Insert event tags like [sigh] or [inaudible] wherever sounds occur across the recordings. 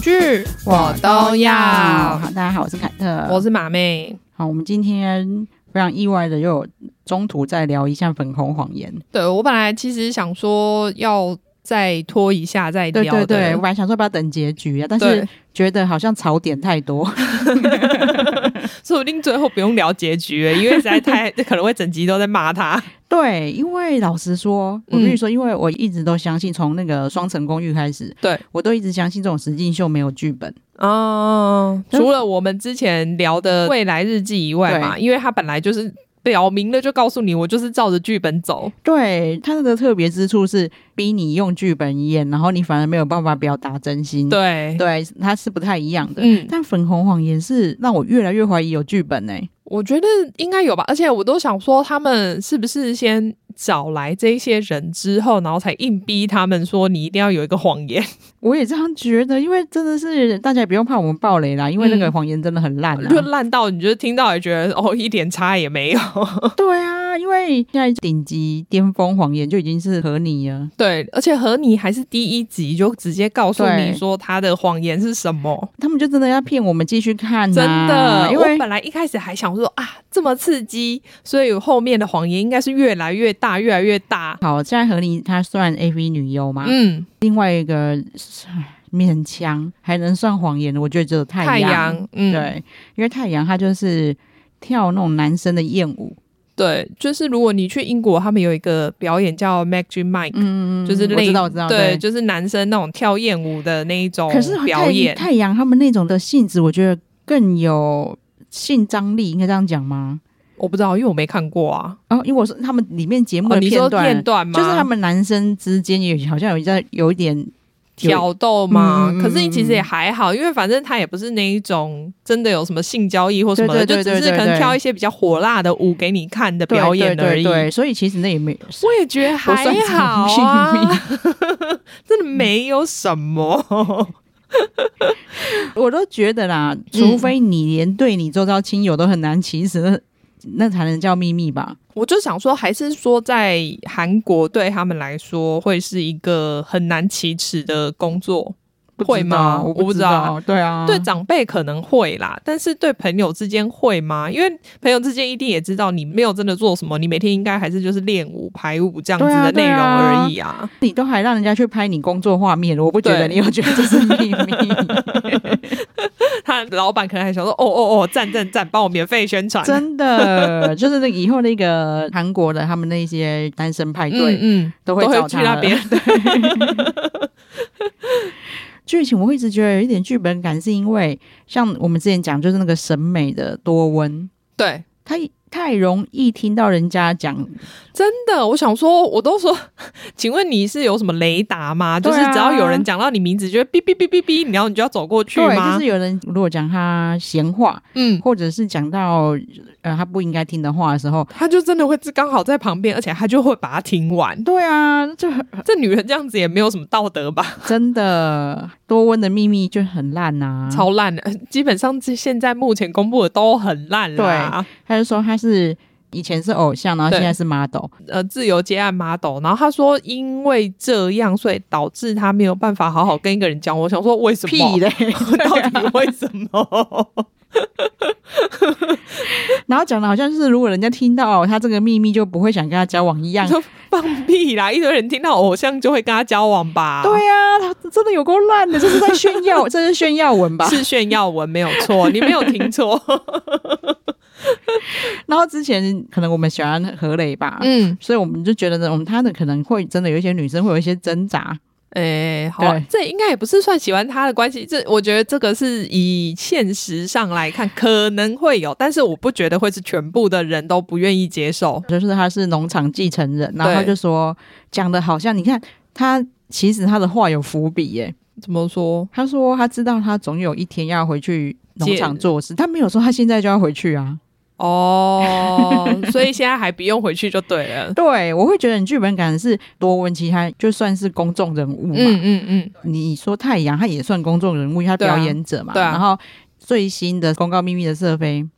去我都要。好，大家好，我是凯特，我是马妹。好，我们今天非常意外的又有中途再聊一下粉红谎言。对我本来其实想说要再拖一下再对聊对的，对，我本来想说要不要等结局啊，但是对觉得好像槽点太 [laughs] 多。说不定最后不用聊结 [laughs] 局了，因为实在太可能会整集都在骂他。对，因为老实说，我跟嗯你说，因为我一直都相信，从那个《双城公寓》开始，对我都一直相信这种实境秀没有剧本。哦，除了我们之前聊的未来日记以外嘛，因为他本来就是表明了，就告诉你我就是照着剧本走。对，它的特别之处是逼你用剧本演，然后你反而没有办法表达真心。，对，嗯对，它是不太一样的。嗯，但粉红谎言是让我越来越怀疑有剧本呢、欸我觉得应该有吧，而且我都想说，他们是不是先找来这些人之后，然后才硬逼他们说你一定要有一个谎言，我也这样觉得，因为真的是大家也不用怕我们暴雷啦，因为那个嗯啊谎言真的很烂啊啦、就烂到你就听到也觉得哦一点差 [laughs] 也没有。对啊，因为现在顶级巅峰谎言就已经是和你了。 [laughs] 对，而且和你还是第一集就直接告诉对你说他的谎言是什么，他们就真的要骗我们继续看、真呐，的。嗯因我为本来一开始还想说啊这么刺激，所以后面的谎言应该是越来越大，越来越大。好，现在和你她算 A V 女优嘛，嗯，另外一个唉勉强还能算谎言的，我觉得只有太太阳，嗯，对，因为太阳他就是跳那种男生的艳舞，对，就是如果你去英国，他们有一个表演叫 Magic Mike，、嗯就是我类知道，我知道，对，。就是男生那种跳艳舞的那一种可是哦表演。太太阳他们那种的性质，我觉得更有性张力，应该这样讲吗？我不知道，因为我没看过啊。哦，因为我说他们里面节目哦，的你说片段，片段吗？就是他们男生之间也好像有一在有一点挑逗吗？嗯嗯嗯可是其实也还好，因为反正他也不是那一种真的有什么性交易或什么的，对对对就只对是对可能跳一些比较火辣的舞给你看的对表演对而对已。对，所以其实那也没我也觉得还算是好性啊， [laughs] 真的没有什么。 [laughs] 我都觉得嗯啦，除非你连对你周遭亲友都很难启齿，那那才能叫秘密吧？我就想说，还是说在韩国对他们来说会是一个很难启齿的工作，不知会吗道我我不知知道道，对啊，对长辈可能会啦，但是对朋友之间会吗？因为朋友之间一定也知道你没有真的做什么，你每天应该还是就是练舞、排舞这样子对啊的内容而已啊。 [laughs] 你都还让人家去拍你工作画面了，我不觉得你对有觉得这是秘 [laughs] 密，他老板可能还想说，哦哦哦，赞赞赞，帮我免费宣传，真 [laughs] 的，就是那以后那个韩国的他们那些单身派对、嗯，都都会找去他那了边。 [laughs] 剧情，我会一直觉得有一点剧本感，是因为像我们之前讲，就是那个审美的多温，对，他太容易听到人家讲真的，我想说，我都说， [laughs] 请问你是有什么雷达吗？对就啊是只要有人讲到你名字，就会哔哔哔哔哔，然后你就要走过去对，吗？就是有人如果讲他闲话，嗯，或者是讲到呃他不应该听的话的时候，他就真的会刚好在旁边，而且他就会把它听完。对啊，就很这女人这样子也没有什么道德吧， [laughs] 真的多温的秘密就很烂呐、啊。超烂的。 [laughs] 基本上这现在目前公布的都很烂啦。他就说他是以前是偶像，然后对现在是 model，呃，自由接案 model，然后他说因为这样，所以导致他没有办法好好跟一个人讲。我想说为什么？嘞！ [laughs] 到底为什 [laughs] 么？然后讲的好像是如果人家听到他这个秘密就不会想跟他交往一样你。说放屁啦！一堆人听到偶像就会跟他交往吧？对呀、啊，他真的有够烂的，这是在炫 [laughs] 耀，这是炫耀文 [laughs] 吧？是炫耀文没有错，你没有听 [laughs] 错。然后之前可能我们喜欢何磊吧，嗯，所以我们就觉得呢，我们他的可能会真的有一些女生会有一些挣扎，哎、好啊对，这应该也不是算喜欢他的关系，这我觉得这个是以现实上来看可能会有，但是我不觉得会是全部的人都不愿意接 [laughs] 受。就是他是农场继承人，然后他对就说讲的好像你看他其实他的话有伏笔耶，怎么说？他说他知道他总有一天要回去农接场做事，他没有说他现在就要回去啊。哦，所以现在还不用回去就对了。对，我会觉得你剧本感是多温，其实他就算是公众人物嘛。嗯嗯嗯，你说太阳，他也算公众人物，他对啊表演者嘛。对啊然后最新的公告秘密的社飞，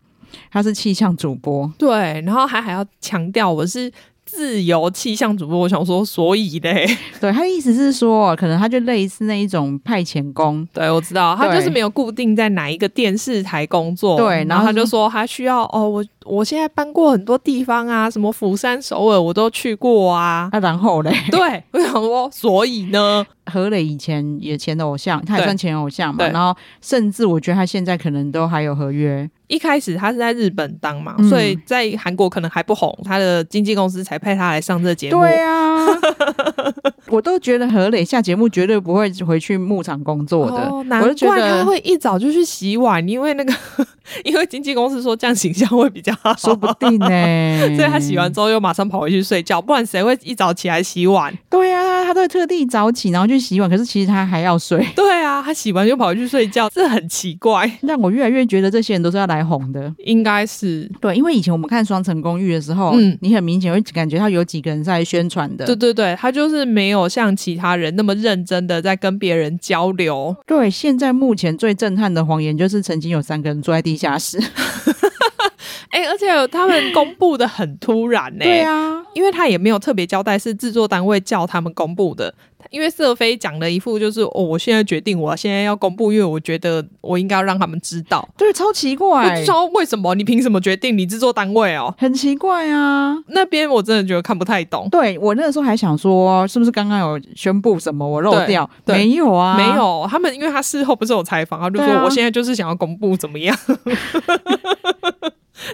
他是气象主播。对，然后还还要强调我是自由气象主播，我想说，所以嘞，对，他的意思是说，哦可能他就类似那一种派遣工，对我知道，他对就是没有固定在哪一个电视台工作，对然然后后他就说他需要哦，我我现在搬过很多地方啊，什么釜山、首尔我都去 [laughs] 过啊，啊，然后嘞，对，我想说，所以呢，何磊以前也前的偶像，他也对算前偶像嘛，对然后甚至我觉得他现在可能都还有合约，一开始他是在日本当嘛，嗯所以在韩国可能还不红，他的经纪公司才派他来上这节目。对 [laughs] 啊，我都觉得何磊下节目绝对不会回去牧场工作的，哦难我就觉怪他得。会一早就去洗碗，因为那个， [laughs] 因为经纪公司说这样形象会比较好， [laughs] 说不定呢、所以他洗完之后又马上跑回去睡觉，不然谁会一早起来洗碗？对啊，他都会特地早起，然后去洗碗。可是其实他还要睡， [laughs] 对啊，他洗完就跑回去睡觉，这很奇怪。让我越来越觉得这些人都是要来红的。应该是，对，因为以前我们看《双城公寓》的时候，嗯你很明显会感觉到有几个人是在宣传的。对对对，他就是没有像其他人那么认真的在跟别人交流。对，现在目前最震撼的谎言就是曾经有三个人住在地下 [laughs] 室。哎、而且他们公布的很突然呢、对啊，因为他也没有特别交代是制作单位叫他们公布的，因为瑟菲讲了一副就是哦，我现在决定我现在要公布，因为我觉得我应该要让他们知道。对，超奇我怪就，说为什么？你凭什么决定？你制作单位哦？很奇怪啊。那边我真的觉得看不太懂。对我那个时候还想说，是不是刚刚有宣布什么我漏对掉？对没有啊，没。有，他们因为他事后不是有采访，他就说对啊我现在就是想要公布怎么样， [laughs]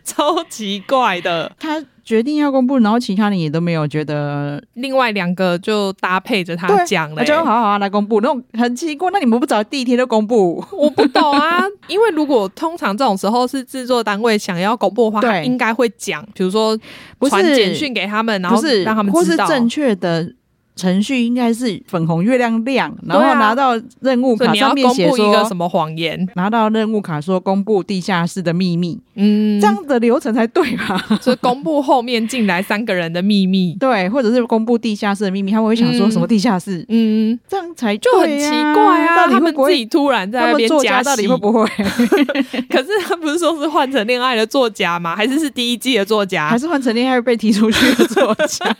超奇怪的。他决定要公布，然后其他人也都没有觉得，另外两个就搭配着他对讲欸了、那就好好、啊、来公布，那种很奇怪。那你们不早第一天就公布？我不懂啊， [laughs] 因为如果通常这种时候是制作单位想要公布的话，对他应该会讲，比如说不是传简讯给他们，然不后是，让他们或知是道。正确的程序应该是粉红月亮亮，然后对啊拿到任务所以卡你要上面公写布一个说什。么谎言？拿到任务卡说公布地下室的秘密，嗯，这样的流程才对吧？ [laughs] 就公布后面进来三个人的秘密。对，或者是公布地下室的秘密，他们会想说嗯什么地下室，嗯，这样才就很对奇怪啊，到底他会们不自会？己突然在他那们边作家加戏，啊到底会不会？ [laughs] [laughs] 可是他不是说是换成恋爱的作家吗？还是是第一季的作还家？是换成恋爱被踢出去的作家？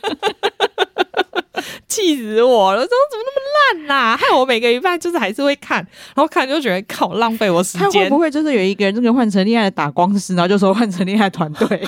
气死我了！这种怎么那么烂啦、啊害我每个礼拜就是还是会看，然后看就觉得靠浪费我时他会 [laughs] 间不。会就是有一个人这个换成恋爱的打光师，然后就说换成恋爱团 [laughs] 队？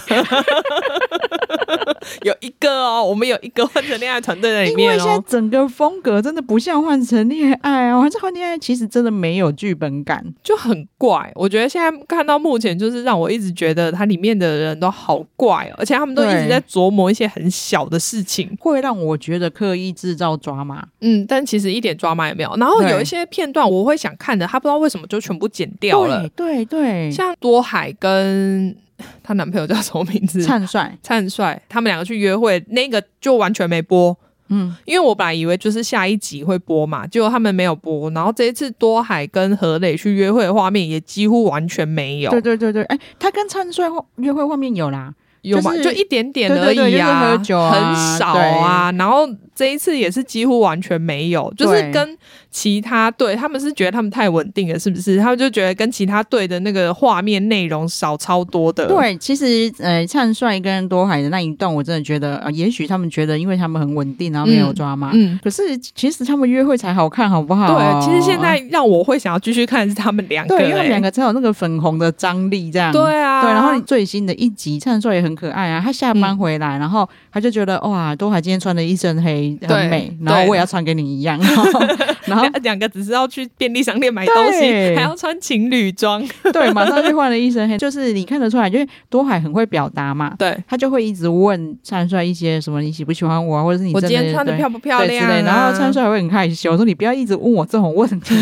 有一个哦，我们有一个换成恋爱团队在里因为面现在哦。整个风格真的不像换成恋爱哦，换成恋爱其实真的没有剧本感。就很怪，我觉得现在看到目前，就是让我一直觉得它里面的人都好怪、哦，而且他们都一对直在琢磨一些很小的事情，会让我觉得刻意制造抓马，嗯，但其实一点抓马也没有。然后对有一些片段我会想看的，他不知道为什么就全部剪掉了，对对对，像多海跟 [laughs] 她男朋友叫什么名字？灿帅，灿帅，他们两个去约会，那个就完全没播，嗯，因为我本来以为就是下一集会播嘛，结果他们没有播。然后这一次多海跟何磊去约会的画面也几乎完全没有对，对对对，哎，他跟灿帅画约会画面有啦，有吗？就是就一点点对而对对已啊，就是喝酒啊很少啊。然后这一次也是几乎完全没有，就是对跟其他队他们是觉得他们太稳定了，是不是？他们就觉得跟其他队的那个画面内容少超多的。对，其实呃，灿帅跟多海的那一段，我真的觉得，呃，也许他们觉得，因为他们很稳定，然后没有抓马，嗯。可是其实他们约会才好看，好不好？对，其实现在让我会想要继续看的是他们两个、对，因为他们欸两个才有那个粉红的张力，这样对啊，对，然后最新的一集灿硕也很可爱啊，他下班嗯回来，然后他就觉得哇，多海今天穿的一身黑很对美，然后对我也要穿给你一样， [laughs] 然后然后两两个只是要去便利商店买东西对，还要穿情侣装，对，马上就换了一身黑，就是你看得出来，因为多海很会表达嘛，对。他就会一直问灿帅一些什么你喜不喜欢我啊，或者是你我真的今天穿的对漂不漂对亮、之类啊？然后灿帅还会很害羞，说你不要一直问我这种问 [laughs] 题，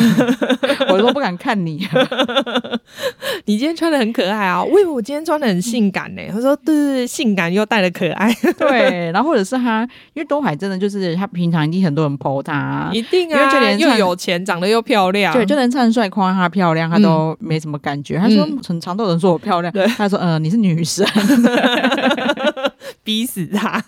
我都不敢看你。你今天穿的很可爱啊！我以为我今天穿的很性感呢、欸他说：“对对对，性感又带了可爱，对，然后或者是他，因为东海真的就是他平常一定很多人 PO 他， [laughs] 一定因为啊！就连又灿有钱，长得又漂亮，对，就连灿帅夸她漂亮，她都没什么感觉。他说嗯很常都有人说我漂亮，对他说呃你是女 [laughs] 神，逼死他。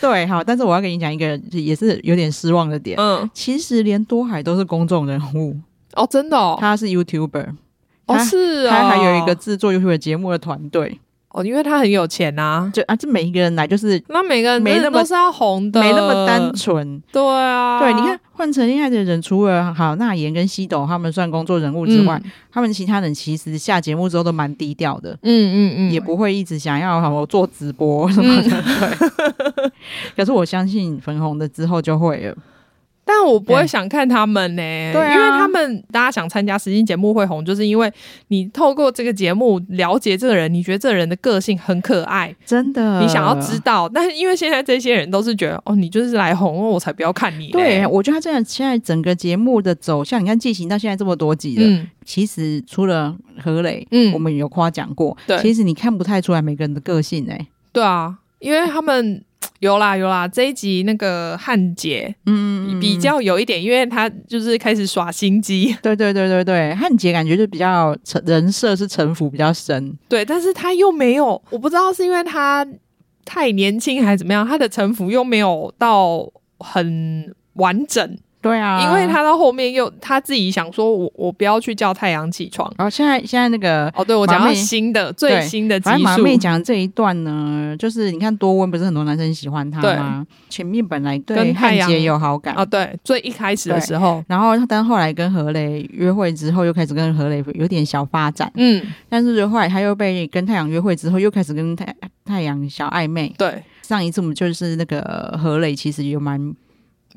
对，好，但是我要跟你讲一个也是有点失望的”点。 [laughs] 嗯，其实连多海都是公众人物，哦，真的哦，他是 YouTuber，哦他是哦，他还有一个制作 YouTuber 节目的团队。哦，因为他很有钱啊。就啊，这每一个人来就是那每个人没真的那么都是要红的，没那么单。纯。对啊，对，你看换成恋爱的人，除了好那言跟西斗他们算工作人物之外，他们其他人其实下节目之后都蛮低调的。嗯，嗯嗯嗯，也不会一直想要好我做直播什么的，嗯对。 [laughs] 可是我相信粉红的之后就会了，但我不会对想看他们呢、对啊因为他们大家想参加实境节目会红，就是因为你透过这个节目了解这个人，你觉得这个人的个性很可爱，真的。你想要知道。但是因为现在这些人都是觉得，哦，你就是来红，哦我才不要看你、对，，我觉得他真的现在整个节目的走向，你看进行到现在这么多集了，嗯其实除了何磊，嗯我们有夸奖过，对其实你看不太出来每个人的个性哎、对啊，因为他们有啦有啦，这一集那个汉姐嗯比较有一点，因为她就是开始耍心机，对对对对对，汉杰感觉就比较沉人设是城府比较深，对，但是她又没有，我不知道是因为她太年轻还是怎么样，她的城府又没有到很完整，对啊，因为她到后面又她自己想说我我不要去叫太阳起床。然后哦现在现在那个哦，对，我讲马到妹新的最新的集反正马数，妹讲的这一段呢，就是你看多温不是很多男生喜欢她对吗？前面本来对跟汉太阳杰有好感啊，对，最一开始的时候，然后但后来跟何磊约会之后，又开始跟何磊有点小发展，嗯，但是后来他又被跟太阳约会之后，又开始跟太太阳小暧昧。对，上一次我们就是那个何磊，其实有蛮，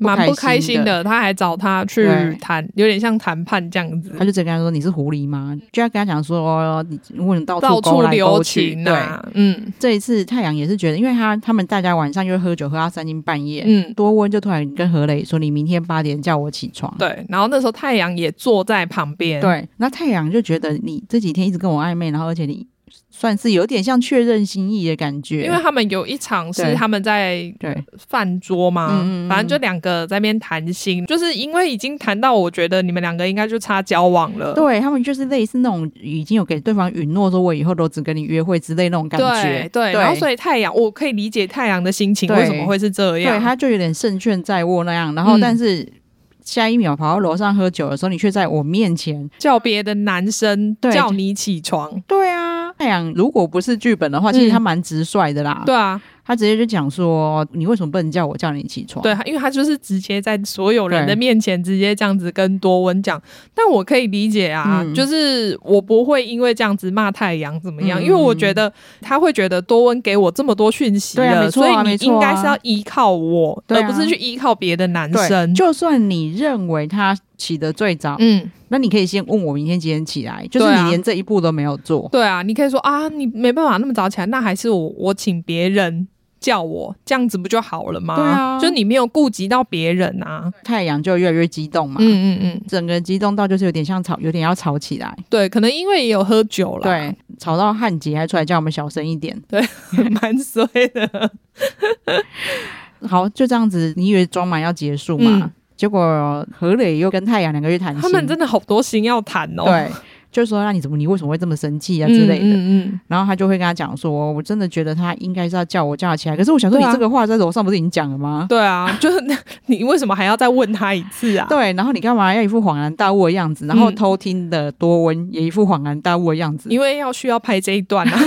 蛮不开不开心心的，他还找他去对谈，有点像谈判这样子，他就直接跟他说你是狐狸吗？就要跟他讲说，哦、你如果你到到处勾处来留勾去，情啊，嗯对，这一次太阳也是觉得，因为他他们大家晚上又喝酒，喝到三更半夜，嗯，多温就突然跟何磊说：“你明天八点叫我起床。对。然后那时候太阳也坐在旁边，对，那太阳就觉得你这几天一直跟我暧昧，然后而且你算是有点像确认心意的感觉，因为他们有一场是对他们在对饭桌嘛，嗯嗯嗯反正就两个在那边谈心，就是因为已经谈到，我觉得你们两个应该就差交往了，对他们就是类似那种已经有给对方允诺，说我以后都只跟你约会之类那种感觉对。对。然后所以以太阳，我可以理解太阳的心情对为什么会是这对样，他就有点胜券在握那样，然后嗯但是。下一秒跑到楼上喝酒的时候，你却在我面前。叫别的男生对叫你起床，对啊，太阳如果不是剧本的话，其实嗯他蛮直率的啦。对啊，他直接就讲说：“你为什么不能叫我叫你起床？”对，因为他就是直接在所有人的对面前直接这样子跟多温讲，但我可以理解啊，嗯就是我不会因为这样子骂太阳怎么样，嗯因为我觉得他会觉得多温给我这么多讯息对啊了，没错所啊以你没错啊应该是要依靠我，对啊而不是去依靠别的男对，生。就算你认为他起得最早，嗯，那你可以先问我明天几点起来，就是对啊你连这一步都没有做。对啊，你可以说啊，你没办法那么早起来，那还是我我请别人。叫我这样子不就好了吗？对啊就你没有顾及到别人啊。太阳就越来越激动嘛，嗯嗯嗯，整个激动到就是有点像吵，有点要吵起来。对，可能因为也有喝酒了，对，吵到汉杰还出来叫我们小声一点。对， [laughs] 蛮衰的。好，就这样子，你以为装满要结束嘛？嗯结果何磊又跟太阳两个月谈心，他们真的好多心要谈哦，对，就说那你怎么你为什么会这么生气啊嗯之类的。嗯嗯，然后他就会跟他讲说，我真的觉得他应该是要叫我叫他起来，可是我想说，对你啊这个话在楼上不是已经讲了吗？对啊， [laughs] 就是你为什么还要再问他一次啊？对，然后你干嘛要一副恍然大悟的样子？然后嗯偷听的多温也一副恍然大悟的样子。因为要需要拍这一段 [laughs] 啊，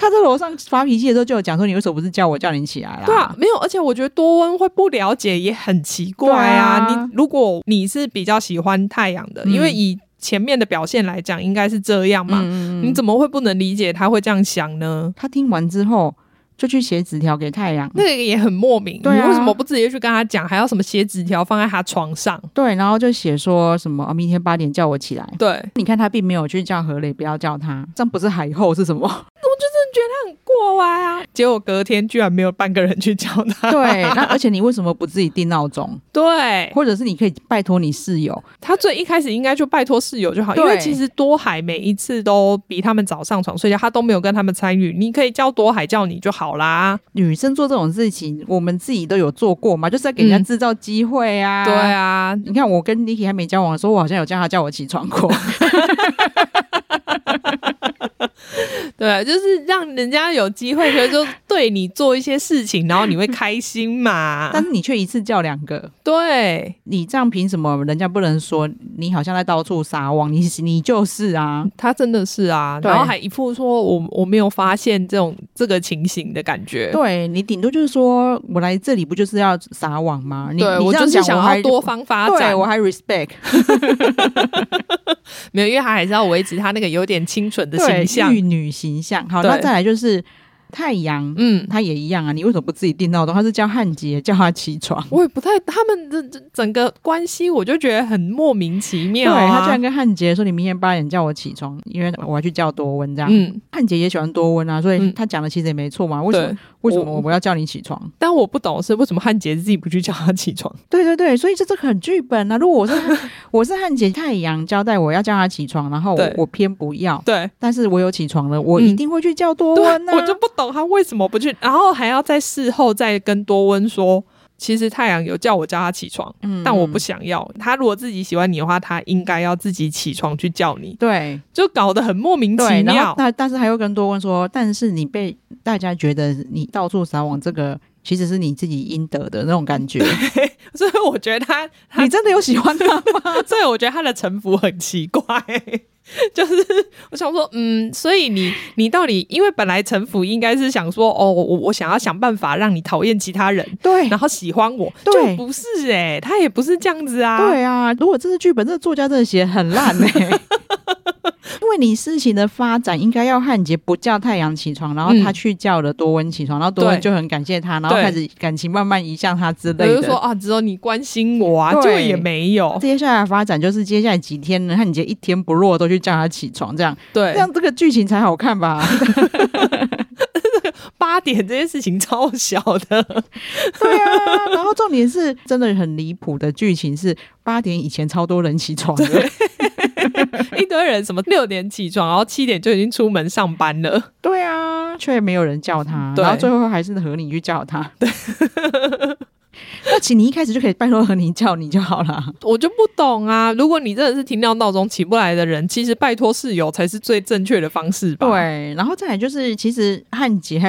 他在楼上发脾气的时候就有讲说，你为什么不是叫我叫你起来啦？对 [laughs] 啊，没有，而且我觉得多温会不了解也很奇怪啊。对啊你如果你是比较喜欢太阳的，嗯因为以前面的表现来讲，应该是这样嘛，嗯，嗯你嗯怎么会不能理解他会这样想呢？他听完之后就去写纸条给太阳，那个也很莫名，对啊你为什么不直接去跟他讲，还要什么写纸条放在他床上？对，然后就写说什么、啊、明天八点叫我起来。对，你看他并没有去叫何磊，不要叫他，这样不是海后是什么？过歪啊！结果隔天居然没有半个人去叫 [laughs] 他。对，那而且你为什么不自己定闹 [laughs] 钟？对或者是你可以拜托你室友，他最一开始应该就拜托室友就好，对因为其实多海每一次都比他们早上床睡觉，他都没有跟他们参与。你可以叫多海叫你就好啦。女生做这种事情，我们自己都有做过嘛，就是在给人家嗯制造机会啊。对。啊，你看，我跟 Niki 还没交往的时 [laughs] 候，我好像有叫他叫我起床过。对，啊就是让人家有机会，可以就对你做一些事情，然后你会开心嘛。但是你却一次叫两个， [laughs] 对你这样凭什么人家不能说你好像在到处撒网？你你就是啊，他真的是啊，对然后还一副说我我没有发现这种这个情形的感觉。对你顶多就是说我来这里不就是要撒网吗？你对你我这样就是讲想我还要多方发对展，啊我还 respect 没有，因为他还是要维持他那个有点清纯的对形象。玉女形象。好，对那再来就是太阳，嗯，他也一样啊，你为什么不自己定闹钟？他是叫汉杰叫他起床。我也不太，他们的这整个关系，我就觉得很莫名其妙、对啊。他居然跟汉杰说：“你明天八点叫我起床，因为我要去叫多温。”这样，嗯，汉杰也喜欢多温啊，所以嗯他讲的其实也没错嘛。为什么对。哦为什么我我要叫你起床？但我不懂的是为什么汉杰自己不去叫他起床？对对对，所以这这个很剧本啊。如 [laughs] 果我是我是汉杰太阳交代我要叫他起床，然后我对我偏不要， [laughs] 对，但是我有起床了，我嗯一定会去叫多对温啊。我就不懂他为什么不去，然后还要在事后再跟多温说，其实太阳有叫我叫他起床，嗯但我不想要。他如果自己喜欢你的话，他应该要自己起床去叫你，对就搞得很莫名其对，然后妙。但但是还有跟多温说，但是你被大家觉得你到处撒网，这个其实是你自己应得的那种感 [laughs] 觉。 [laughs] 所以我觉得他，他你真的有喜欢他吗？ [laughs] 所以我觉得他的城府很奇怪。 [laughs] 就是我想说，嗯，所以你你到底，因为本来城府应该是想说，哦，我我想要想办法让你讨厌其他 [laughs] 人，对然后喜欢我，对就不是哎、他也不是这样子啊，对啊，如果这是剧本，这个作家真的写得很 [laughs] 烂呢、因为你事情的发展应该要汉杰不叫太阳起床，然后他嗯去叫了多温起床，然后多温对就很感谢他，然后对开始感情慢慢移向他之我类就说的。啊，只有你关心我啊，对就也没有，接下来的发展就是接下来几天呢，汉杰一天不落都去叫他起床，这样对这，样这个剧情才好看吧？八点这件事情超小 [laughs] 的，对啊，然后重点是真的很离谱的剧情是八点以前超多人起床的，一堆人什么六点起床，然后七点就已经出门上班了，对啊，却没有人叫他，嗯对然后最后还是和你去叫他。对，那请你一开始就可以拜托和你叫你就好 [laughs] 了。我就不懂啊。如果你真的是听到闹钟起不来的人，其实拜托室友才是最正确的方式吧。对，然后再来就是，其实汉杰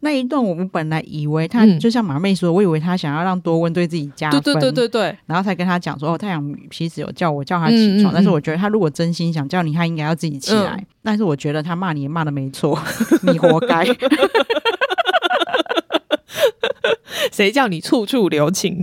那一段，我们本来以为他、嗯就像马妹说，我以为他想要让多温对自己加啊分，对对对对对，然后才跟他讲说，哦，太阳其实有叫我叫他起床，嗯嗯嗯但是我觉得他如果真心想叫你，他应该要自己起来。嗯但是我觉得他骂你也骂的没 [laughs] 错，你活该。谁叫你处处 [laughs] 留情？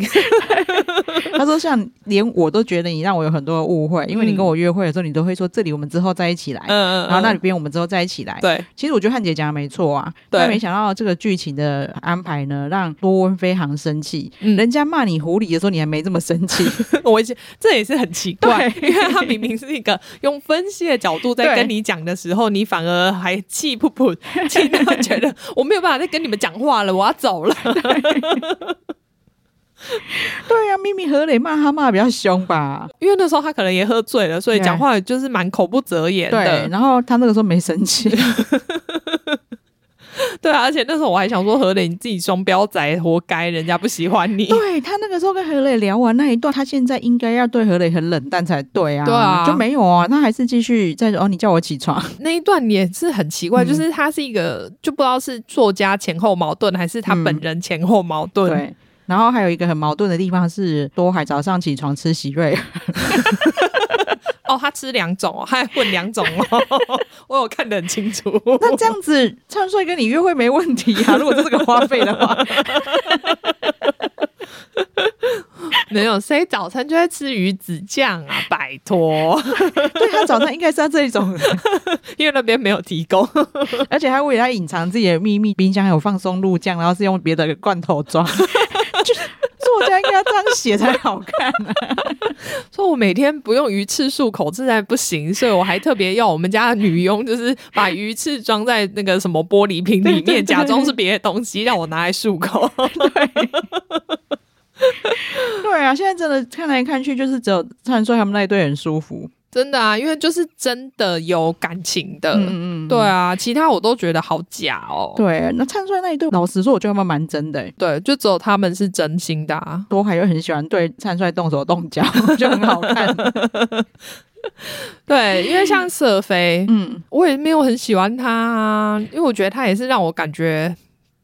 他说像连我都觉得你让我有很多的误会，因为你嗯跟我约会的时候，你都会说这里我们之后再一起来，嗯然后那里边我们之后再一起来。对 [laughs] 其实我觉得汉姐讲的没错啊，对但没想到这个剧情的安排呢，让多温非常生气。嗯人家骂你狐狸的时候，你还没这么生 [laughs] 气，我已经这也是很奇怪，对 [laughs] 因为他明明是一个用分析的角度在对跟你讲的时候，你反而还气噗 [laughs] 噗，气到觉得我没有办法再跟你们讲话了，我要走了。 [laughs] 对啊， [laughs] 明明何磊骂他骂的比较凶吧，因为那时候他可能也喝醉了，所以对讲话就是蛮口不择言对，的。然后他那个时候没生气，对啊，而且那时候我还想说，何磊你自己双标仔，活该人家不喜欢 [laughs] 你。对他那个时候跟何磊聊完那一段，他现在应该要对何磊很冷淡才对啊，对啊就没有啊，他还是继续在说哦，你叫我起床，那一段也是很奇怪，嗯就是他是一个就不知道是作家前后矛盾，还是他本人前后矛盾。嗯对，然后还有一个很矛盾的地方是，多海早上起床吃喜 [laughs] 瑞，哦，他吃两种哦，他还混两种哦， [laughs] 我有看得很清楚。那这样子灿帅跟你约会没问题 [laughs] 啊。如果这是个花费的话， [laughs] 没有，谁早餐就在吃鱼子酱啊？拜托，对他早上应该是要这一种的，因为那边没有提供。 [laughs] 而且还为了他隐藏自己的秘密，冰箱还有放松露酱，然后是用别的罐头装， [laughs] 就是作家应该要这样写才好看啊。说我每天不用鱼翅漱口，自然不行，所以我还特别要我们家的女佣，就是把鱼翅装在那个什么玻璃瓶里面，假装是别的东西，让我拿来漱口。 [laughs] [laughs] 对啊，现在真的看来看去，就是只有灿帅他们那一队很舒服。真的啊，因为就是真的有感情的，嗯嗯嗯，对啊，其他我都觉得好假哦。对，那灿帅那一队，老实说，我觉得他们蛮真的、欸。对，就只有他们是真心的啊。 [laughs] 多海又很喜欢对灿帅动手动脚，就很好看。对，因为像瑟菲， [laughs] 嗯，我也没有很喜欢她啊，因为我觉得她也是让我感觉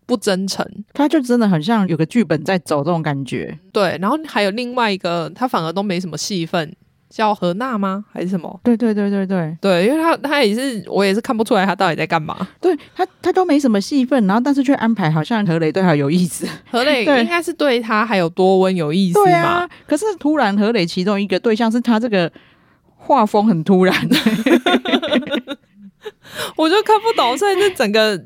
不真诚。他就真的很像有个剧本在走这种感觉。对，然后还有另外一个，她反而都没什么戏份，叫何娜吗？还是什么？对对对对对对，因为她她也是，我也是看不出来她到底在干嘛。对，他他都没什么戏份，然后但是却安排好像何雷对他有意思。何磊对应该是对她还有多温有意思对嘛？ [laughs] 啊，可是突然何磊其中一个对象是他这个画风很突然，我就看不懂，所以这整个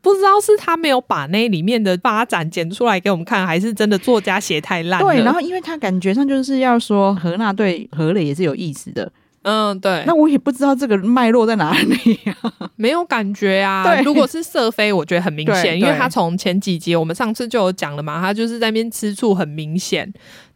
不知道是他没有把那里面的发展剪出来给我们看，还是真的作家写太烂了。对，然后因为他感觉上就是要说何娜对何磊也是有意思的，嗯，对，那我也不知道这个脉络在哪里啊。没有感觉啊。对如果是瑟菲，我觉得很明对显，因为对他从前几集我们上次就有讲了嘛，他就是在那边吃醋，很明显。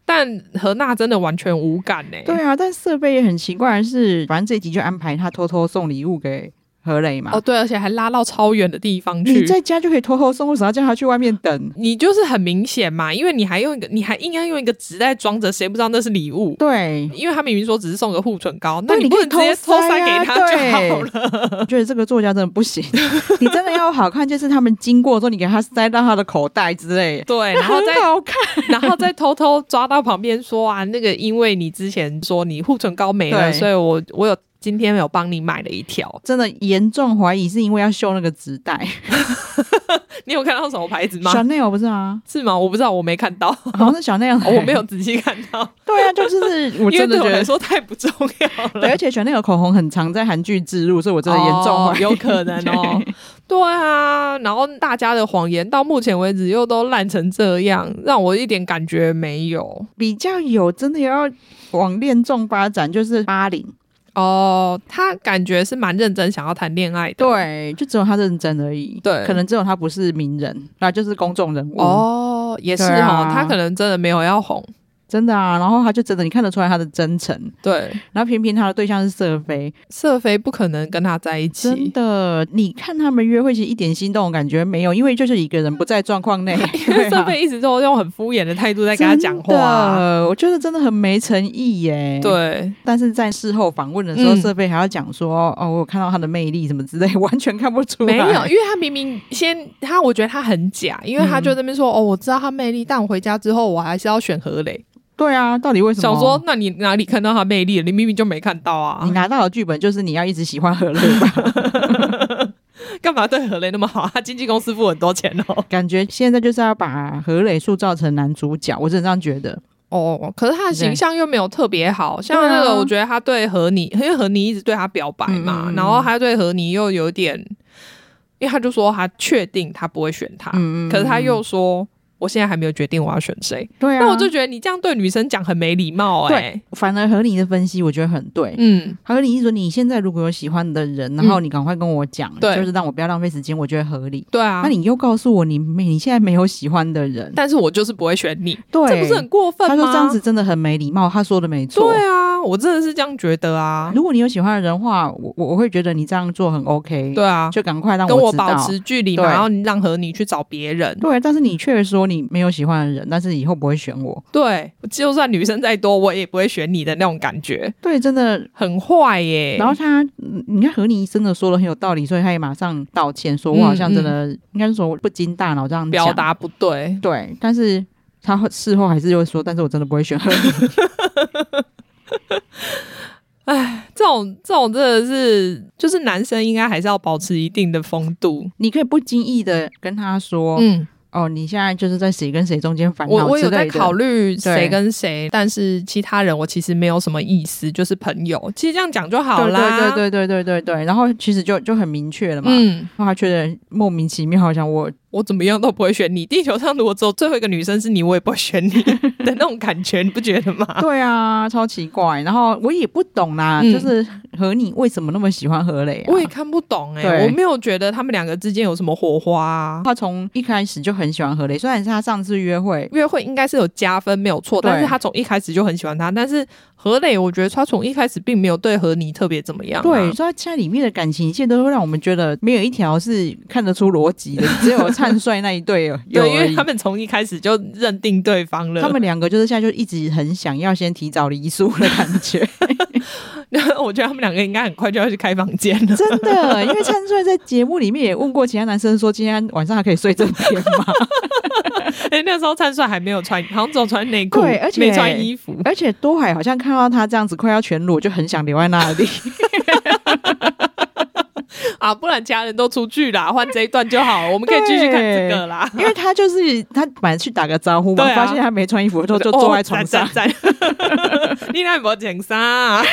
但何娜真的完全无感欸呢、对啊，但设备也很奇怪的是，反正这一集就安排他偷偷送礼物给何磊嘛。哦，对，而且还拉到超远的地方你去。在家就可以偷偷送，为什么要叫他去外面等？你就是很明显嘛，因为你还用一个，你还硬要用一个纸袋装着，谁不知道那是礼物？对，因为他明明说只是送个护唇膏，那对你你不可以能直接偷偷塞塞啊给他就好了。我觉得这个作家真的不 [laughs] 行。你真的要好看，就是他们经过的时候，你给他塞到他的口袋之类的，对，然 [laughs] 后很再好看。然后再偷偷抓到旁边说啊，那个因为你之前说你护唇膏没了，对所以我我有今天有帮你买了一条。真的严重怀疑是因为要修那个纸袋。你有看到什么牌 [laughs] 子吗？小内我不是 [laughs] 啊，是吗？我不知道，我没看 [laughs] 到，好像是小内哦我没有。仔细看到， [laughs] 对啊，就就是我因为真的对觉我得来说太不重要了。 [laughs] 对，而且选那个口红很常在韩剧植入，所以我真的严重哦怀疑。有可 [laughs] 能哦，对啊，然后大家的谎言到目前为止又都烂成这样，让我一点感觉没有。比较有真的要往恋综发展，就是八零，哦，他感觉是蛮认真想要谈恋爱的。对，就只有他认真而已。对可能只有他不是名人，那就是公众人物。，哦，也是对哦，啊他可能真的没有要红。真的啊。然后他就真的，你看得出来他的真诚。对，然后偏偏他的对象是瑟菲，瑟菲不可能跟他在一真 [laughs] 起。的，你看他们约会，其实一点心动的感觉没有，因为就是一个人不在状况内。啊因为瑟菲一直都用很敷衍的态度在跟他讲话真啊。的我觉得真的很没诚意耶。。对，但是在事后访问的时候，嗯设、备还要讲说，哦，我有看到他的魅力什么之类， [laughs] 完全看不出来。没有，因为他明明先他，我觉得他很假，因为他就在那边说、哦，我知道他魅力，但我回家之后我还是要选何磊。对啊，到底为什么？想说，那你哪里看到他魅力了？你明明就没看到你啊，拿到的剧本就是你要一直喜欢何乐吧？ [laughs] 干嘛对何磊那么好？他经纪公司付很多钱哦。感觉现在就是要把何磊塑造成男主角，我真的这样觉得。哦，可是他的形象又没有特别好，像那对个啊我觉得他对何妮，因为何妮一直对他表白嘛，嗯嗯嗯然后他对何妮又有点，因为他就说他确定他不会选他，嗯可是他又说我现在还没有决定我要选谁，对啊，那我就觉得你这样对女生讲很没礼貌哎、对反而何你的分析，我觉得很对。嗯，合理一说，你现在如果有喜欢的人，然后你赶快跟我讲，对就是让我不要浪费时间，我觉得合理。对啊那，你又告诉我你没，你现在没有喜欢的人，但是我就是不会选你，对，这不是很过分他吗？说这样子真的很没礼貌，他说的没错。对啊，我真的是这样觉得啊，如果你有喜欢的人的话，我我我会觉得你这样做很 OK，、对啊，就赶快让跟我我知道保持距离嘛，对然后你让何妮去找别人，对，但是你却说你没有喜欢的人，但是以后不会选我，对，就算女生再多，我也不会选你的那种感觉，对，真的。很坏耶。然后他，嗯你看何妮真的说的很有道理，所以他也马上道歉，说我好像真的、应该是说我不经大脑这样讲嗯表达不对，对，但是他会事后还是又说，但是我真的不会选何妮。 [laughs] 这种这种真的是，就是男生应该还是要保持一定的风度。你可以不经意的跟他说，嗯，哦，你现在就是在谁跟谁中间烦恼我我有之类在的考虑谁对跟谁，但是其他人我其实没有什么意思，就是朋友。其实这样讲就好啦。对对对对对对对对，然后其实就就很明确了嘛。嗯，然后他觉得莫名其妙，好像我我怎么样都不会选你。地球上如果只有最后一个女生是你，我也不会选 [laughs] 你的那种感觉，你不觉 [laughs] 得吗？对啊，超奇怪。然后我也不懂啦，嗯就是和你为什么那么喜欢何磊啊？我也看不懂哎、对我没有觉得他们两个之间有什么火花、啊。他从一开始就很喜欢何磊，虽然是他上次约会，约会应该是有加分没有错，对但是他从一开始就很喜欢他，但是何磊，我觉得他从一开始并没有对何妮特别怎么样、[laughs] 啊，对，所以他现在里面的感情线都会让我们觉得没有一条是看得出逻辑的，只有灿帅那一对有，有对，因而为已他们从一开始就认定对方了。他们两个就是现在就一直很想要先提早离宿的感觉，我觉得他们两个应该很快就要去开房间 [laughs] [laughs] 了。真的，因为灿帅在节目里面也问过其他男生说，今天晚上还可以睡这边吗？哎、那时候灿帅还没有穿，好像只有穿内裤，对而且没穿衣服。 [laughs] [laughs] 而且多海好像看到他这样子快要全裸，就很想留在那里。啊，不然家人都出去啦，换这一段就好，我们可以继续看这个啦。因为他就是他本来去打个招呼嘛，对啊发现他没穿衣服， [laughs] 就就坐在床上哦。赞赞赞 [laughs] 你那没剪衫啊？ [laughs]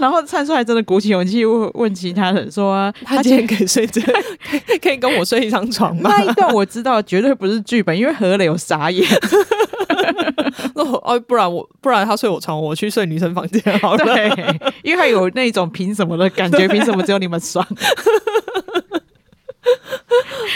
然后灿帅真的鼓起勇气问问其他人说：“他今天可以睡这， [laughs] 可以可以跟我睡一张床 [laughs] 吗？那一段我知道绝对不是剧本，因为何磊有傻 [laughs] 眼，哦，哦不然我不然他睡我床，我去睡女生房间好了。对，因为他有那种凭什么的感 [laughs] 觉，凭什么只有你们爽？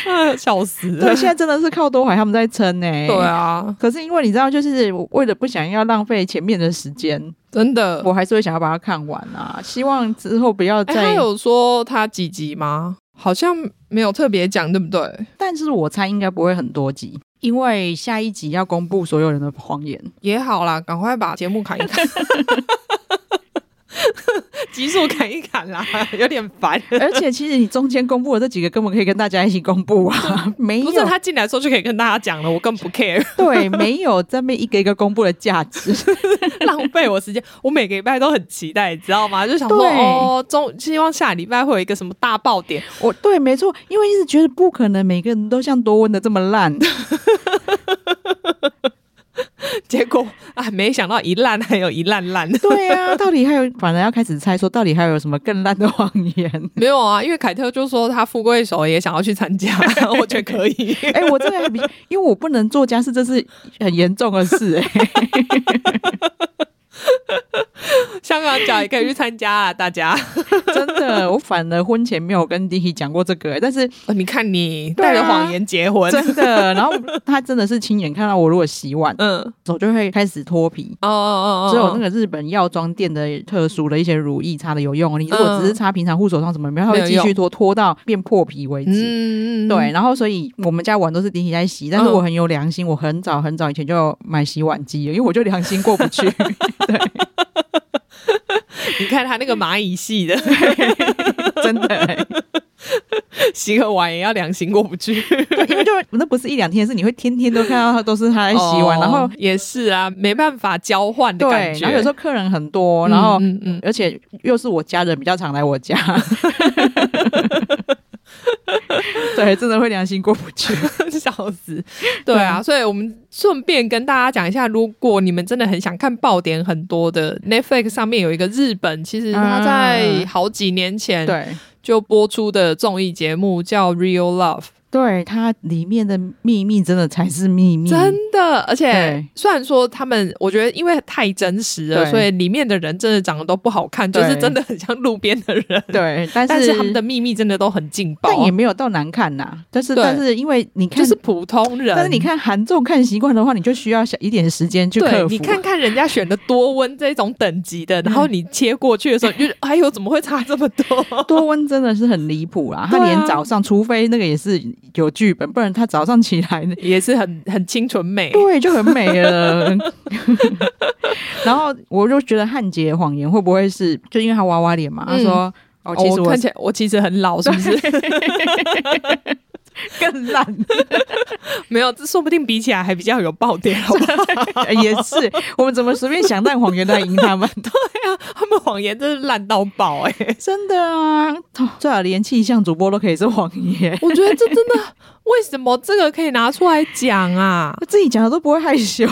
啊 [laughs] 笑死了。对，现在真的是靠多海他们在撑呢、对。啊，可是因为你知道，就是我为了不想要浪费前面的时间，真的。我还是会想要把它看完啊。希望之后不要哎、再他，有说他几集吗？好像没有特别讲，对不对？但是我猜应该不会很多集，因为下一集要公布所有人的谎言。也好啦，赶快把节目砍 [laughs] 一砍，集数砍一砍啦，有点烦。 [laughs] 而且其实你中间公布的这几个根本可以跟大家一起公布 [laughs] 啊，没有不是他进来的时候就可以跟大家讲了，我更 [laughs] 不 care，对，没有这么一个一个公布的价值。浪费我时间。我每个礼拜都很期待，你知道吗？就想说对哦，中希望下礼拜会有一个什么大爆点。 [laughs] 我对，没错，因为一直觉得不可能每个人都像多温的这么烂，结果啊，没想到一烂还有一烂烂。 [laughs] 对啊，到底还有，反而要开始猜说到底还有什么更烂的谎言。没有啊，因为凯特就说他富贵手也想要去参加， [laughs] 我觉得可以。 [laughs] [laughs] 哎、我这个还比较，因为我不能做家事，这是很严重的事、哎， [laughs] 香港脚也可以去参加啊，大家。真的，我反而婚前没有跟弟弟讲过这个、哎但 [laughs] 是呃你看你对啊带着谎言结婚，真的，然后他真的是亲眼看到我，如果洗碗，嗯，哦手就会开始脱皮。哦哦哦，只有那个个日本药妆店的特殊的一些乳液擦的有用哦，你如果只是擦平常护手霜什么，没有，它没会有继用续脱，脱到变破皮为止。嗯对，，然后所以我们家碗都是顶起在洗，但是我很有良心，我很早很早以前就买洗碗机了，因为我就良心过不 [laughs] 去。你看他那个蚂蚁系的， [laughs] 真的、欸，洗个碗也要良心过不去。对因为就那不是一两天的事，你会天天都看到他都是他在洗碗，哦然后也是啊，没办法交换的感对，觉。然后有时候客人很多，嗯，然后、嗯嗯，而且又是我家人比较常来我 [laughs] 家，对，真的会良心过不去。嗯 [laughs] 笑死。对啊，所以我们顺便跟大家讲一下，如果你们真的很想看爆点很多的 Netflix 上面有一个日本，其实它在嗯好几年前对，就播出的综艺节目叫《Real Love》。对，它里面的秘密真的才是秘密，真的，而嗯且对虽然说他们，我觉得因为太真实了，对所以里面的人真的长得都不好看，就对是真的很像路边的人。，对，但是但是他们的秘密真的都很劲爆但，也没有到难看呐、但是对但是因为你看，就是普通人。但是你看韩综看习惯的话，你就需要想一点时间去对克服。啊你看看人家选的多温这种等级的，然后你切过去的 [laughs] 时候，你就觉得哎呦，怎么会差这么多？多温真的是很离谱啦，对他啊连早上，除非那个也是有剧本，不然他早上起来， [laughs] 也是很很清纯美。对，就很美了。 [laughs] 然后我就觉得汉杰的谎言会不会是，就因为他娃娃脸嘛，他说。哦，其实嗯我我看起来我其实很老，是不是？更烂， [laughs] 没有，这说不定比起来还比较有爆点，好不好？也是。我们怎么随便想烂谎言来赢他们？ [laughs] [laughs] 他们谎言真是烂到爆哎、真的啊，最好连气象主播都可以是谎言。 [laughs] 我觉得这真的，为什么这个可以拿出来讲啊？我自己讲的都不会害羞。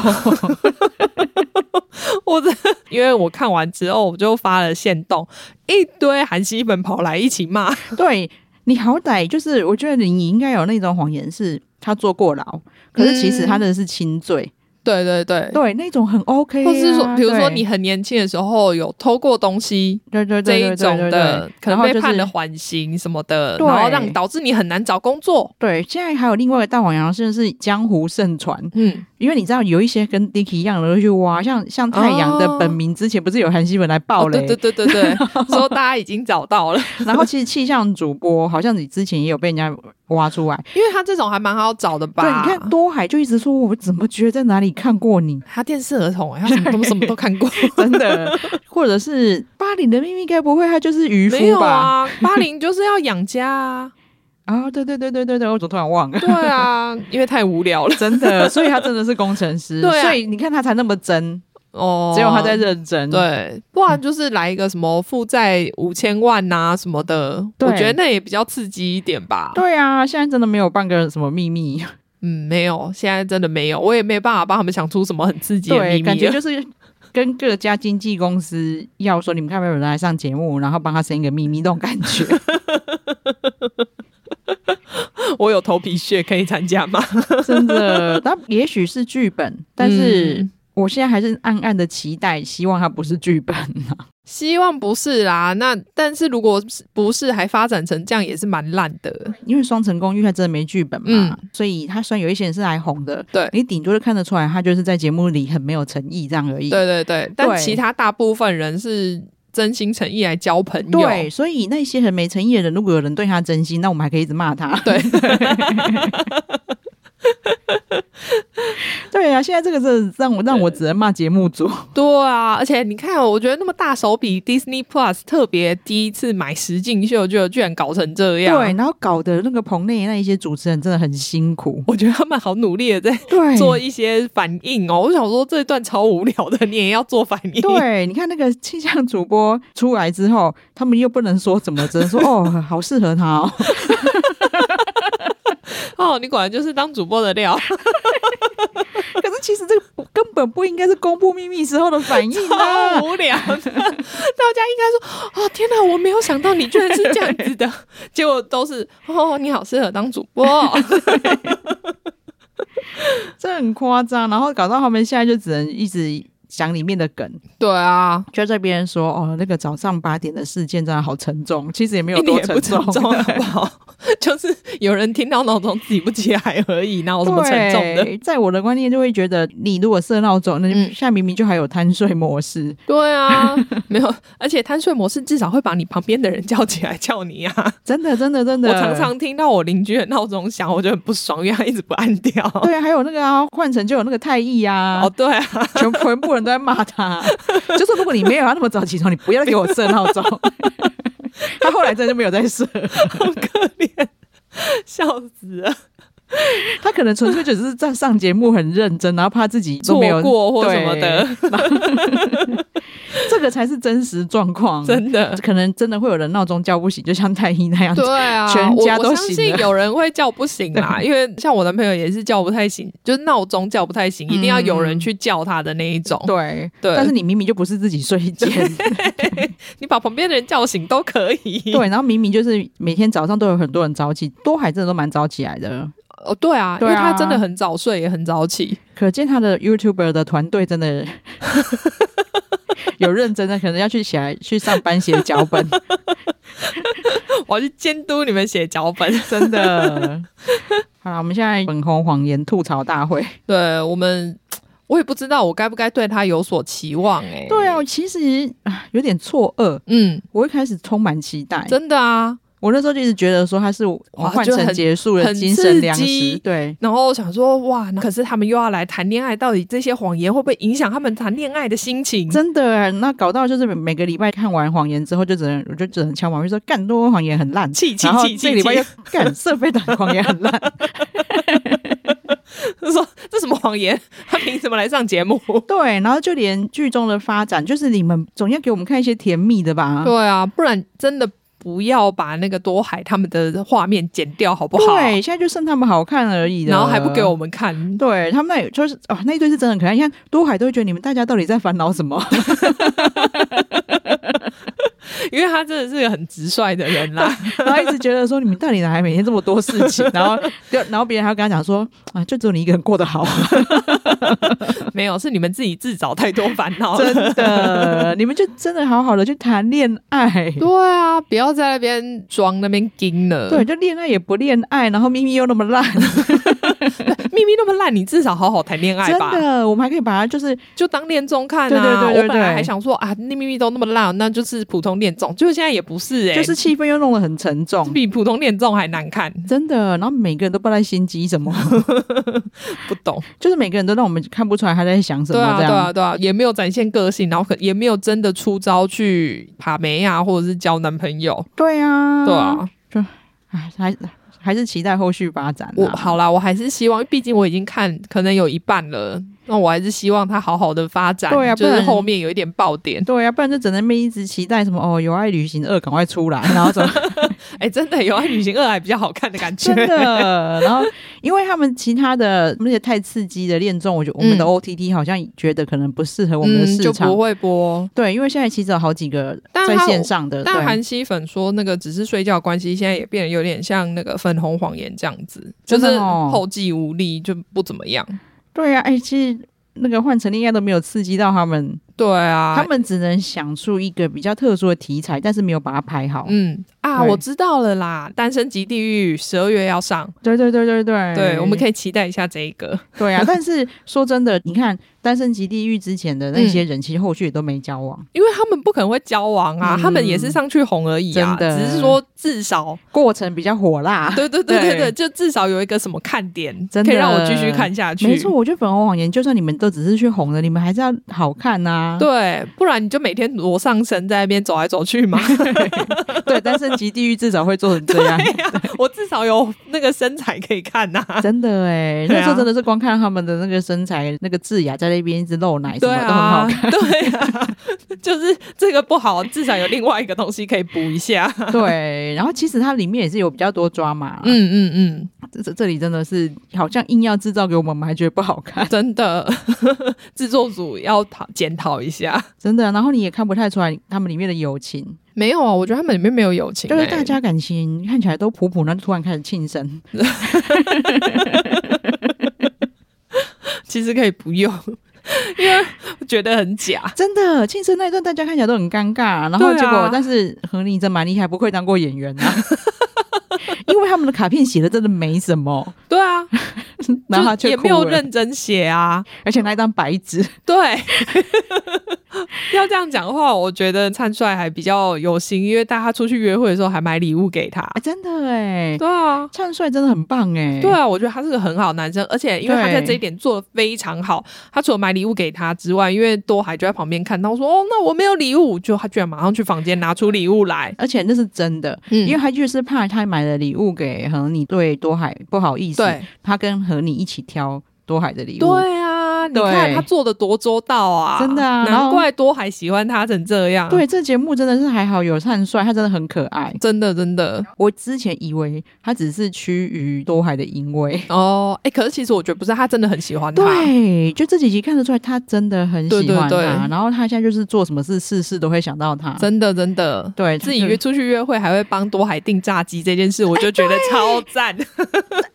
[laughs] [laughs] 我真的，因为我看完之后，我就发了线动，一堆韩熙粉跑来一起骂。对你好歹就是，我觉得你应该有那种谎言是他坐过牢，可是其实他的是轻罪。对对对，对，那种很 OK，、啊、嗯或是说，比如说你对很年轻的时候有偷过东西。对对这对一对对种对的对，可然能后被就是判了缓刑什么的，对然后让导致你很难找工作。对，现在还有另外一个大网洋，甚至是江湖盛传，嗯，因为你知道有一些跟 Dicky 一样的会去挖，像像太阳的本名之前不是有韩熙文来爆哦，雷，对对对对 [laughs] 对，说大家已经找到了， [laughs] 然后其实气象主播好像你之前也有被人家挖出来，因为他这种还蛮好找的吧？对，你看多海就一直说我怎么觉得在哪里看过 [laughs] 你，他电视儿童，欸他什么都什么都看过， [laughs] 真的，或者是巴黎的秘密，该不会他就是渔没夫有吧？啊，八零就是要养家啊，啊，对对对对对对，我怎么突然忘了？ [laughs] 对啊，因为太无聊了真的，所以他真的是工程师，对啊所以你看他才那么真，哦， [laughs] 只有他在认真。对，不然就是来一个什么负债五千万呐、什么的，对我觉得那也比较刺激一点吧。对啊，现在真的没有半个什么秘密，嗯，没有，现在真的没有，我也没办法帮他们想出什么很刺激的秘对，密。感觉就是。跟各家经纪公司要说，你们看有没有人来上节目，然后帮他生一个秘密那种感觉。我有头皮屑可以参加 [laughs] 吗？真的，它也许是剧嗯本，但是我现在还是暗暗的期待，希望它不是剧本 [laughs] 啊。希望不是啦。那但是如果是不是，还发展成这样也是蛮烂的。因为《双城公寓》它真的没剧本嘛，嗯所以它虽然有一些人是来红的，对你顶多就看得出来，他就是在节目里很没有诚意这样而已。对对对，但对其他大部分人是真心诚意来交朋友。对，所以那些很没诚意的人，如果有人对他真心，那我们还可以一直骂他。对 [laughs] 对啊，现在这个真的让我让我只能骂节目组。对啊，而且你看哦，我觉得那么大手笔，Disney Plus 特别第一次买实境秀，就居然搞成这样。对，，然后搞得那个棚内那一些主持人真的很辛苦。我觉得他们好努力的在对，做一些反应哦。我想说这一段超无聊的，你也要做反 [laughs] 应。对，你看那个气象主播出来之后，他们又不能说怎么，只能 [laughs] 说哦，好适合他哦。哦，你果然就是当主播的料，可是其实这个不根本不应该是公布秘密时候的反应啊好。无聊的。大 [laughs] 家应该说哦，天哪，我没有想到你居然是这样子的。 [laughs] 结果都是哦，你好适合当主 [laughs] 播哦。这很夸张。然后搞到他们现在就只能一直讲里面的梗，对啊，就在别人说哦，那个早上八点的事件真的好沉重，其实也没有 [laughs] 一点多 [laughs] 也不重沉。重，好不好？ [laughs] 就是有人听到闹钟自己不起来而已，哪有什么沉重的？对，在我的观念就会觉得，你如果设闹钟，那嗯现在明明就还有贪睡模式，对啊， [laughs] 没有，而且贪睡模式至少会把你旁边的人叫起来叫 [laughs] 你啊。真的，真的，真的，我常常听到我邻居的闹钟响，我就很不爽，因为他一直不按掉。对啊，还有那个啊，换成就有那个太医啊，哦，对啊， [laughs] 全全部人都在骂他， [laughs] 就是如果你没有要那么早起床，你不要给我设闹钟。 [laughs] 他后来真的就没有再设，好可怜，笑死了。他可能纯粹只是在上节目很认真，然后怕自己都错没有过或什么，对的，这个才是真实状况。 [laughs] 真的。可能真的会有人闹钟叫不醒，就像太医那样子 [laughs] 对。啊，全我家我都相醒信了有人会叫不醒啦， [laughs] 因为像我男朋友也是叫不太醒，就是闹钟叫不太醒，一定要有人去叫他的那一种。对嗯对但是你明明就不是自己睡觉，你把旁边的人叫醒都可以。对，然后明明就是每天早上都有很多人早起，多海真的都蛮早起来的， [laughs] 哦，对啊，因对啊为他真的很早睡，也很早起。可见他的 YouTuber 的团队真 [laughs] 的有认真的，可能要去写去上班写脚 [laughs] 本， [laughs] 我要去监督你们写脚本。真的。好啦，我们现在粉红谎言吐槽大会。 [laughs] 对我们，我也不知道我该不该对他有所期望哎、对啊，我其实啊有点错愕，嗯，我一开始充满期待，真的啊。我那时候就一直觉得说他是换就成很结束了很精神粮刺激食，对。然后我想说，哇，那可是他们又要来谈恋爱，到底这些谎言会不会影响他们谈恋爱的心情？真的啊，那搞到就是每个礼拜看完《谎言》之后，就只能我就只能敲门，就说干多谎言很烂，气气然后气这个礼气拜又气！干设备党谎言很烂，他说 [laughs] 这什么谎言？他凭什么来上节目？对，然后就连剧中的发展，就是你们总要给我们看一些甜蜜的吧？对啊，不然真的不要把那个多海他们的画面剪掉，好不好？对，现在就剩他们好看而已了然后还不给我。们看，对他们那就是哦，那一对是真的很可爱。你看多海都会觉得你们大家到底在烦恼什 [laughs] 么？因为他真的是个很直率的人 [laughs] 啦。然后一直觉得说你们到底 [laughs] 哪来每天这么多事情？然后就然后别人还要跟他讲说啊，就只有你一个人过得好。没有，是你们自己自找太多烦恼了。真的，你们就真的好好的去谈恋爱。 [laughs] 对啊，不要在那边装那边盯了。对，，就恋爱也不恋爱，然后秘密又那么烂，秘密那么烂，你至少好好谈恋爱真吧。的，我们还可以把它就是就当恋综看啊。对对对对我本来对还想说啊，那秘密都那么烂，那就是普通恋综，就是现在也不是哎、就是气氛又弄得很沉重，比普通恋综还难看，真的。然后每个人都不知道在心机什 [laughs] 么，不懂。就是每个人都让我们看不出来他在想什对么啊，这对样。啊，对啊，也没有展现个性，然后可也没有真的出招去把妹啊，或者是交男朋友。对啊，对啊，哎，还还是期待后续发展、啊。我好啦，我还是希望，毕竟我已经看可能有一半了，那我还是希望他好好的发展，对啊就不是然后面有一点爆点。 [laughs] 对啊，不然就只能被一直期待什么哦，有爱旅行二赶快出 [laughs] 来，然后怎么哎、真的有《爱旅行二》还比较好看的感觉 [laughs] 真， [laughs] 的，然后因为他们其他的那些太刺激的恋综，我觉得我们的嗯 OTT 好像觉得可能不适合我们的嗯市就场。不会播。对，因为现在其实有好几个但在他线上的，但对韩熙粉说，那个只是睡觉关系，现在也变得有点像那个粉红谎言这样子，就真的是哦后继无力，就不怎么样。对啊，哎、其实那个换成恋爱都没有刺激到他们，对啊，他们只能想出一个比较特殊的题材，但是没有把它拍好。嗯啊，对我知道了啦，《单身级地狱》十二月要上，对对对对对，对，我们可以以期待一下这一个。对啊。但 [laughs] 是说真的，你看《单身级地狱》之前的那些人，其实后续也都没交往，因为他们不可能会交往啊，嗯他们也是上去红而已啊，真的只是说 [laughs] 至少，过程比较火辣。对对对对对对，就至少有一个什么看点，真的可以让我继续看下啊去。没错，，我觉得粉红谎言，就算你们都只是去红了，你们还是要好看啊呐、对，不然你就每天裸上身在那边走来走 [laughs] 去嘛。 [laughs] 对对，单身级地狱至少会做成这 [laughs] 样，对呀、我至少有那个身材可以看呐、真的哎、对啊那时候真的是光看他们的那个身材，那个智雅在那边一直露奶，什对么都很好啊看。， [laughs] 对啊，就是这个不好，至少有另外一个东西可以补一下。对，然后其实它里面也是有比较多抓马，嗯，嗯嗯嗯，这这里真的是好像硬要制造给我们，我们还觉得不好看， [laughs] [laughs] 真的，制作组要讨检讨一下。真的。然后你也看不太出来他们里面的友情，没有啊，我觉得他们里面没有友情、就是欸，大家感情看起来都普普，然后就突然开始庆生，其实可以不用， [laughs] 因为我觉得很假。真的庆生那一段大家看起来都很尴尬，然后对啊结果、但是何丽真蛮厉害，不愧当过演员啊。 [laughs] 因为他们的卡片写的真的没什 [laughs] 么，对啊，然后他就却也哭没有了认真写啊。而且那一张白纸，对， [laughs] 要这样讲的话，我觉得灿帅还比较有心，因为带他出去约会的时候还买礼物给他。啊、真的哎，对啊。灿帅真的很棒哎，对啊，我觉得他是个很好的男生，而且因为他对在这一点做的非常好。他除了买礼物给他之外，因为多海就在旁边看到说：“哦，那我没有礼物。”就他居然马上去房间拿出礼物来。而且那是真的，嗯因为他就是怕他买了礼物给和你对多海不好意思，对他跟和你一起挑多海的礼物，对啊，你对看他做的多周到啊，真的啊然后难怪多海喜欢他成这样。对，，这节目真的是还好有灿帅，他真的很可爱。真的真的。我之前以为他只是趋于多海的淫威，哦，哎、可是其实我觉得不是，他真的很喜欢他。对，就这几集看得出来他真的很喜欢他，对对对然后他现在就是做什么事事事都会想到他，真的真的，对哎自己约出去约会还会帮多海订炸鸡这件事，我就觉得超赞。 [laughs]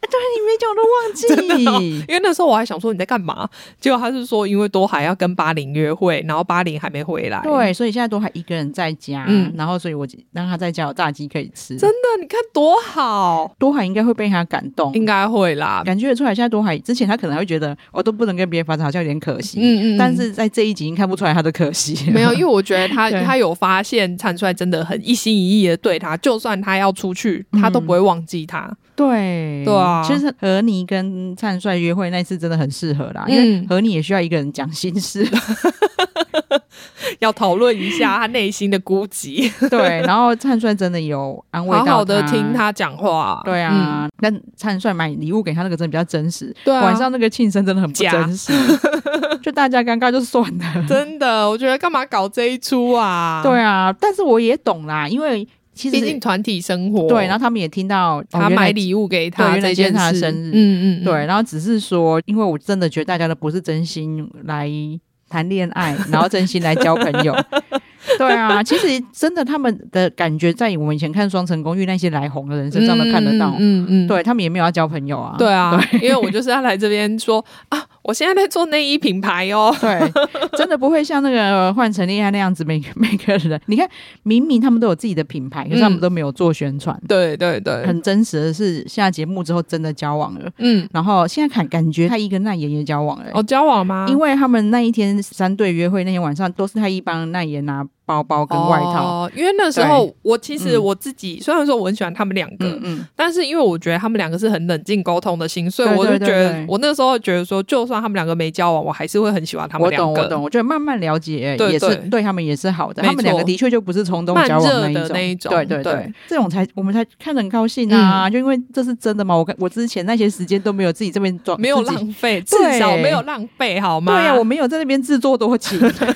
对你没讲我都忘记因为那时候我还想说你在干嘛，结果他是说因为多海要跟巴林约会，然后巴林还没回来。 [laughs] 对，所以现在都还一个人在家，嗯然后所以我让他在家有炸鸡可以吃，真的，你看多好，多海应该会被他感动，应该会啦。感觉得出来。现在多海之前他可能还会觉得我、哦、都不能跟别人发展，好像有点可惜，嗯嗯，但是在这一集已经看不出来他的可惜，没 [laughs] 有，因为我觉得他对他有发现灿帅真的很一心一意的对他，就算他要出去，他都不会忘记他。对对啊其实和你跟灿帅约会那次真的很适合啦，嗯因为和你也需要一个人讲心事，要讨论一下他内心的孤 [laughs] 寂，对，然后灿帅真的有安慰好到好的听。他讲话。对嗯，啊，但灿帅买礼物给他那个真的比较真实，对啊晚上那个庆生真的很不假真实， [laughs] 就大家尴尬就算 [laughs] 了。真的，我觉得干嘛搞这一出啊？，对啊，但是我也懂啦，因为其毕竟实团体生活。对，然后后他们也听到他买，哦礼物给他对原来这今天件是他的事，生日嗯嗯，嗯原来对，，然后只是说，因为我真的觉得大家都不是真心来谈恋爱，然后真心来交朋 [laughs] 友。对啊，其实真的他们的感觉，在我们以前看《双城公寓》那些来红的人身上都看得到。嗯嗯嗯嗯，对他们也没有要交朋友啊。对啊，因为我就是要来这边说啊，我现在在做内衣品牌哦。对，真的不会像那个换成恋爱那样子，每个每个人，你看，明明他们都有自己的品牌，可是他们嗯都没有做宣传。对对对，很真实的是，下节目之后真的交往了，嗯，然后现在感感觉太一跟奈妍也交往了、哦，交往吗？因为他们那一天三对约会那天晚上，都是太一帮奈妍拿包包跟外套。哦，因为那时候我其实嗯我自己、虽然说我很喜欢他们两个，嗯嗯，但是因为我觉得他们两个是很冷静沟通的心，所以对我就对觉对得对我那时候觉得说，就算他们两个没交往，我还是会很喜欢他们我两懂个。我懂，我觉得慢慢了解对也是对对他们也是好的。没他们两个错的确就不是冲动慢交往热那一的种，那一种对对对嗯对，这种才我们才看得很高兴啊！就因为这是真的嘛，我跟我之前那些时间都没有自己这边装，没有自己浪费，至对少没有浪费，好吗？对呀、我没有在那边自作多情。 [laughs]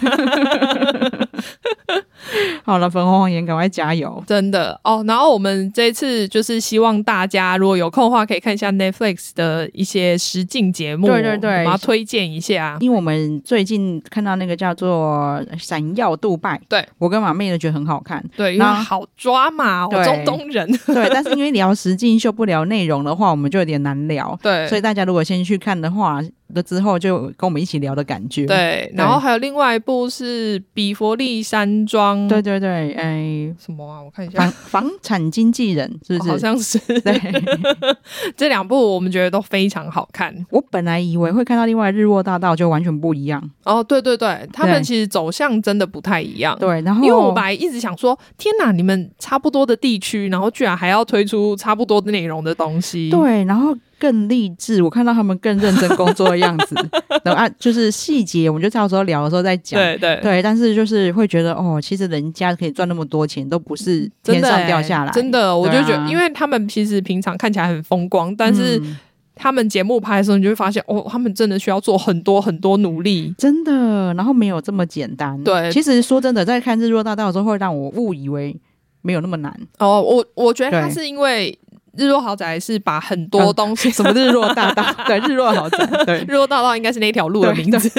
好了，粉红红颜，赶快加油！真的哦。然后我们这一次就是希望大家如果有空的话，可以看一下 Netflix 的一些实境节目，对对对我们要推荐一下。因为我们最近看到那个叫做《闪耀杜拜》，对我跟马妹都觉得很好看。对，因为那好抓嘛，我对中东人，对， [laughs] 但是因为聊实境秀不聊内容的话，我们就有点难聊。对，所以大家如果先去看的话，那之后就跟我们一起聊的感觉。对，然后还有另外一部是《比佛利山庄》，对对对， [laughs] 哎，什么啊？我看一下房，房产经纪人是哦不好 [laughs] 是？像是 [laughs] 对，这两部，我们觉得都非常好看。我本来以为会看到另外日落大道，就完全不一样。哦，对对对，他们对其实走向真的不太一样。。对，然后哦因为我本来一直想说，天哪，你们差不多的地区，然后居然还要推出差不多的内容的东西，，对，然后更励志，我看到他们更认真工作的样 [laughs] 子。然后啊，就是细节，我们就到时候聊的时候再讲。对对，对，但是就是会觉得哦，其实人家可以赚那么多钱，都不是真天的上欸掉下来。真的，我就对觉得，啊因为他们其实平常看起来很风光，但是嗯他们节目拍的时候，你就会发现，哦，他们真的需要做很多很多努力，真的，然后没有这么简单。对其实说真的，在看《日落大道》的时候，会让我误以为没有那么 [laughs] 难。哦，我我觉得他对是因为日落豪宅是把很多啊东西，什么日落大 [laughs] 道？对，日落豪宅。对日落大道应该是那条路的对名 [laughs] 字。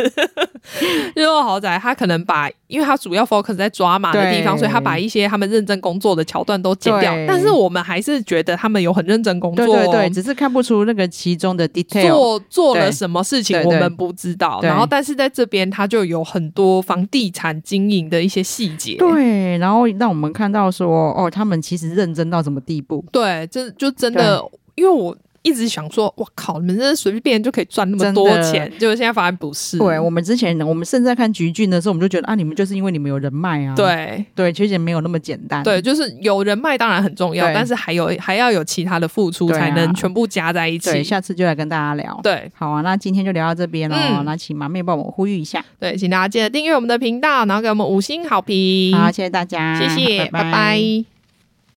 日落豪宅，他可能把，因为他主要 focus 在抓马的地方，对所以他把一些他们认真工作的桥段都剪掉。对但是我们还是觉得他们有很认真工作对哦，对对，只是看不出那个其中的 detail。做做了对什么事情对我对们不知道。对然后，但是在这边他就有很多房地产经营的一些细节。对，然后让我们看到说，哦，他们其实认真到什么地步。对，真就真的，因为我一直想说，我靠，你们真的随便就可以赚那么真多的钱，结果现在发现不是。对我们之前，我们甚至在看橘郡的时候，我们就觉得啊，你们就是因为你们有人脉啊。对对，其实也没有那么简单。对，就是有人脉当然很重要，对但是还有还要有其他的付出，对啊才能全部加在一起。对，下次就来跟大家聊。，对好啊，那今天就聊到这边喽、嗯那请马妹帮我们呼吁一下，对，请大家记得订阅我们的频道，然后给我们五星好评，好，谢谢大家，嗯谢谢，拜拜拜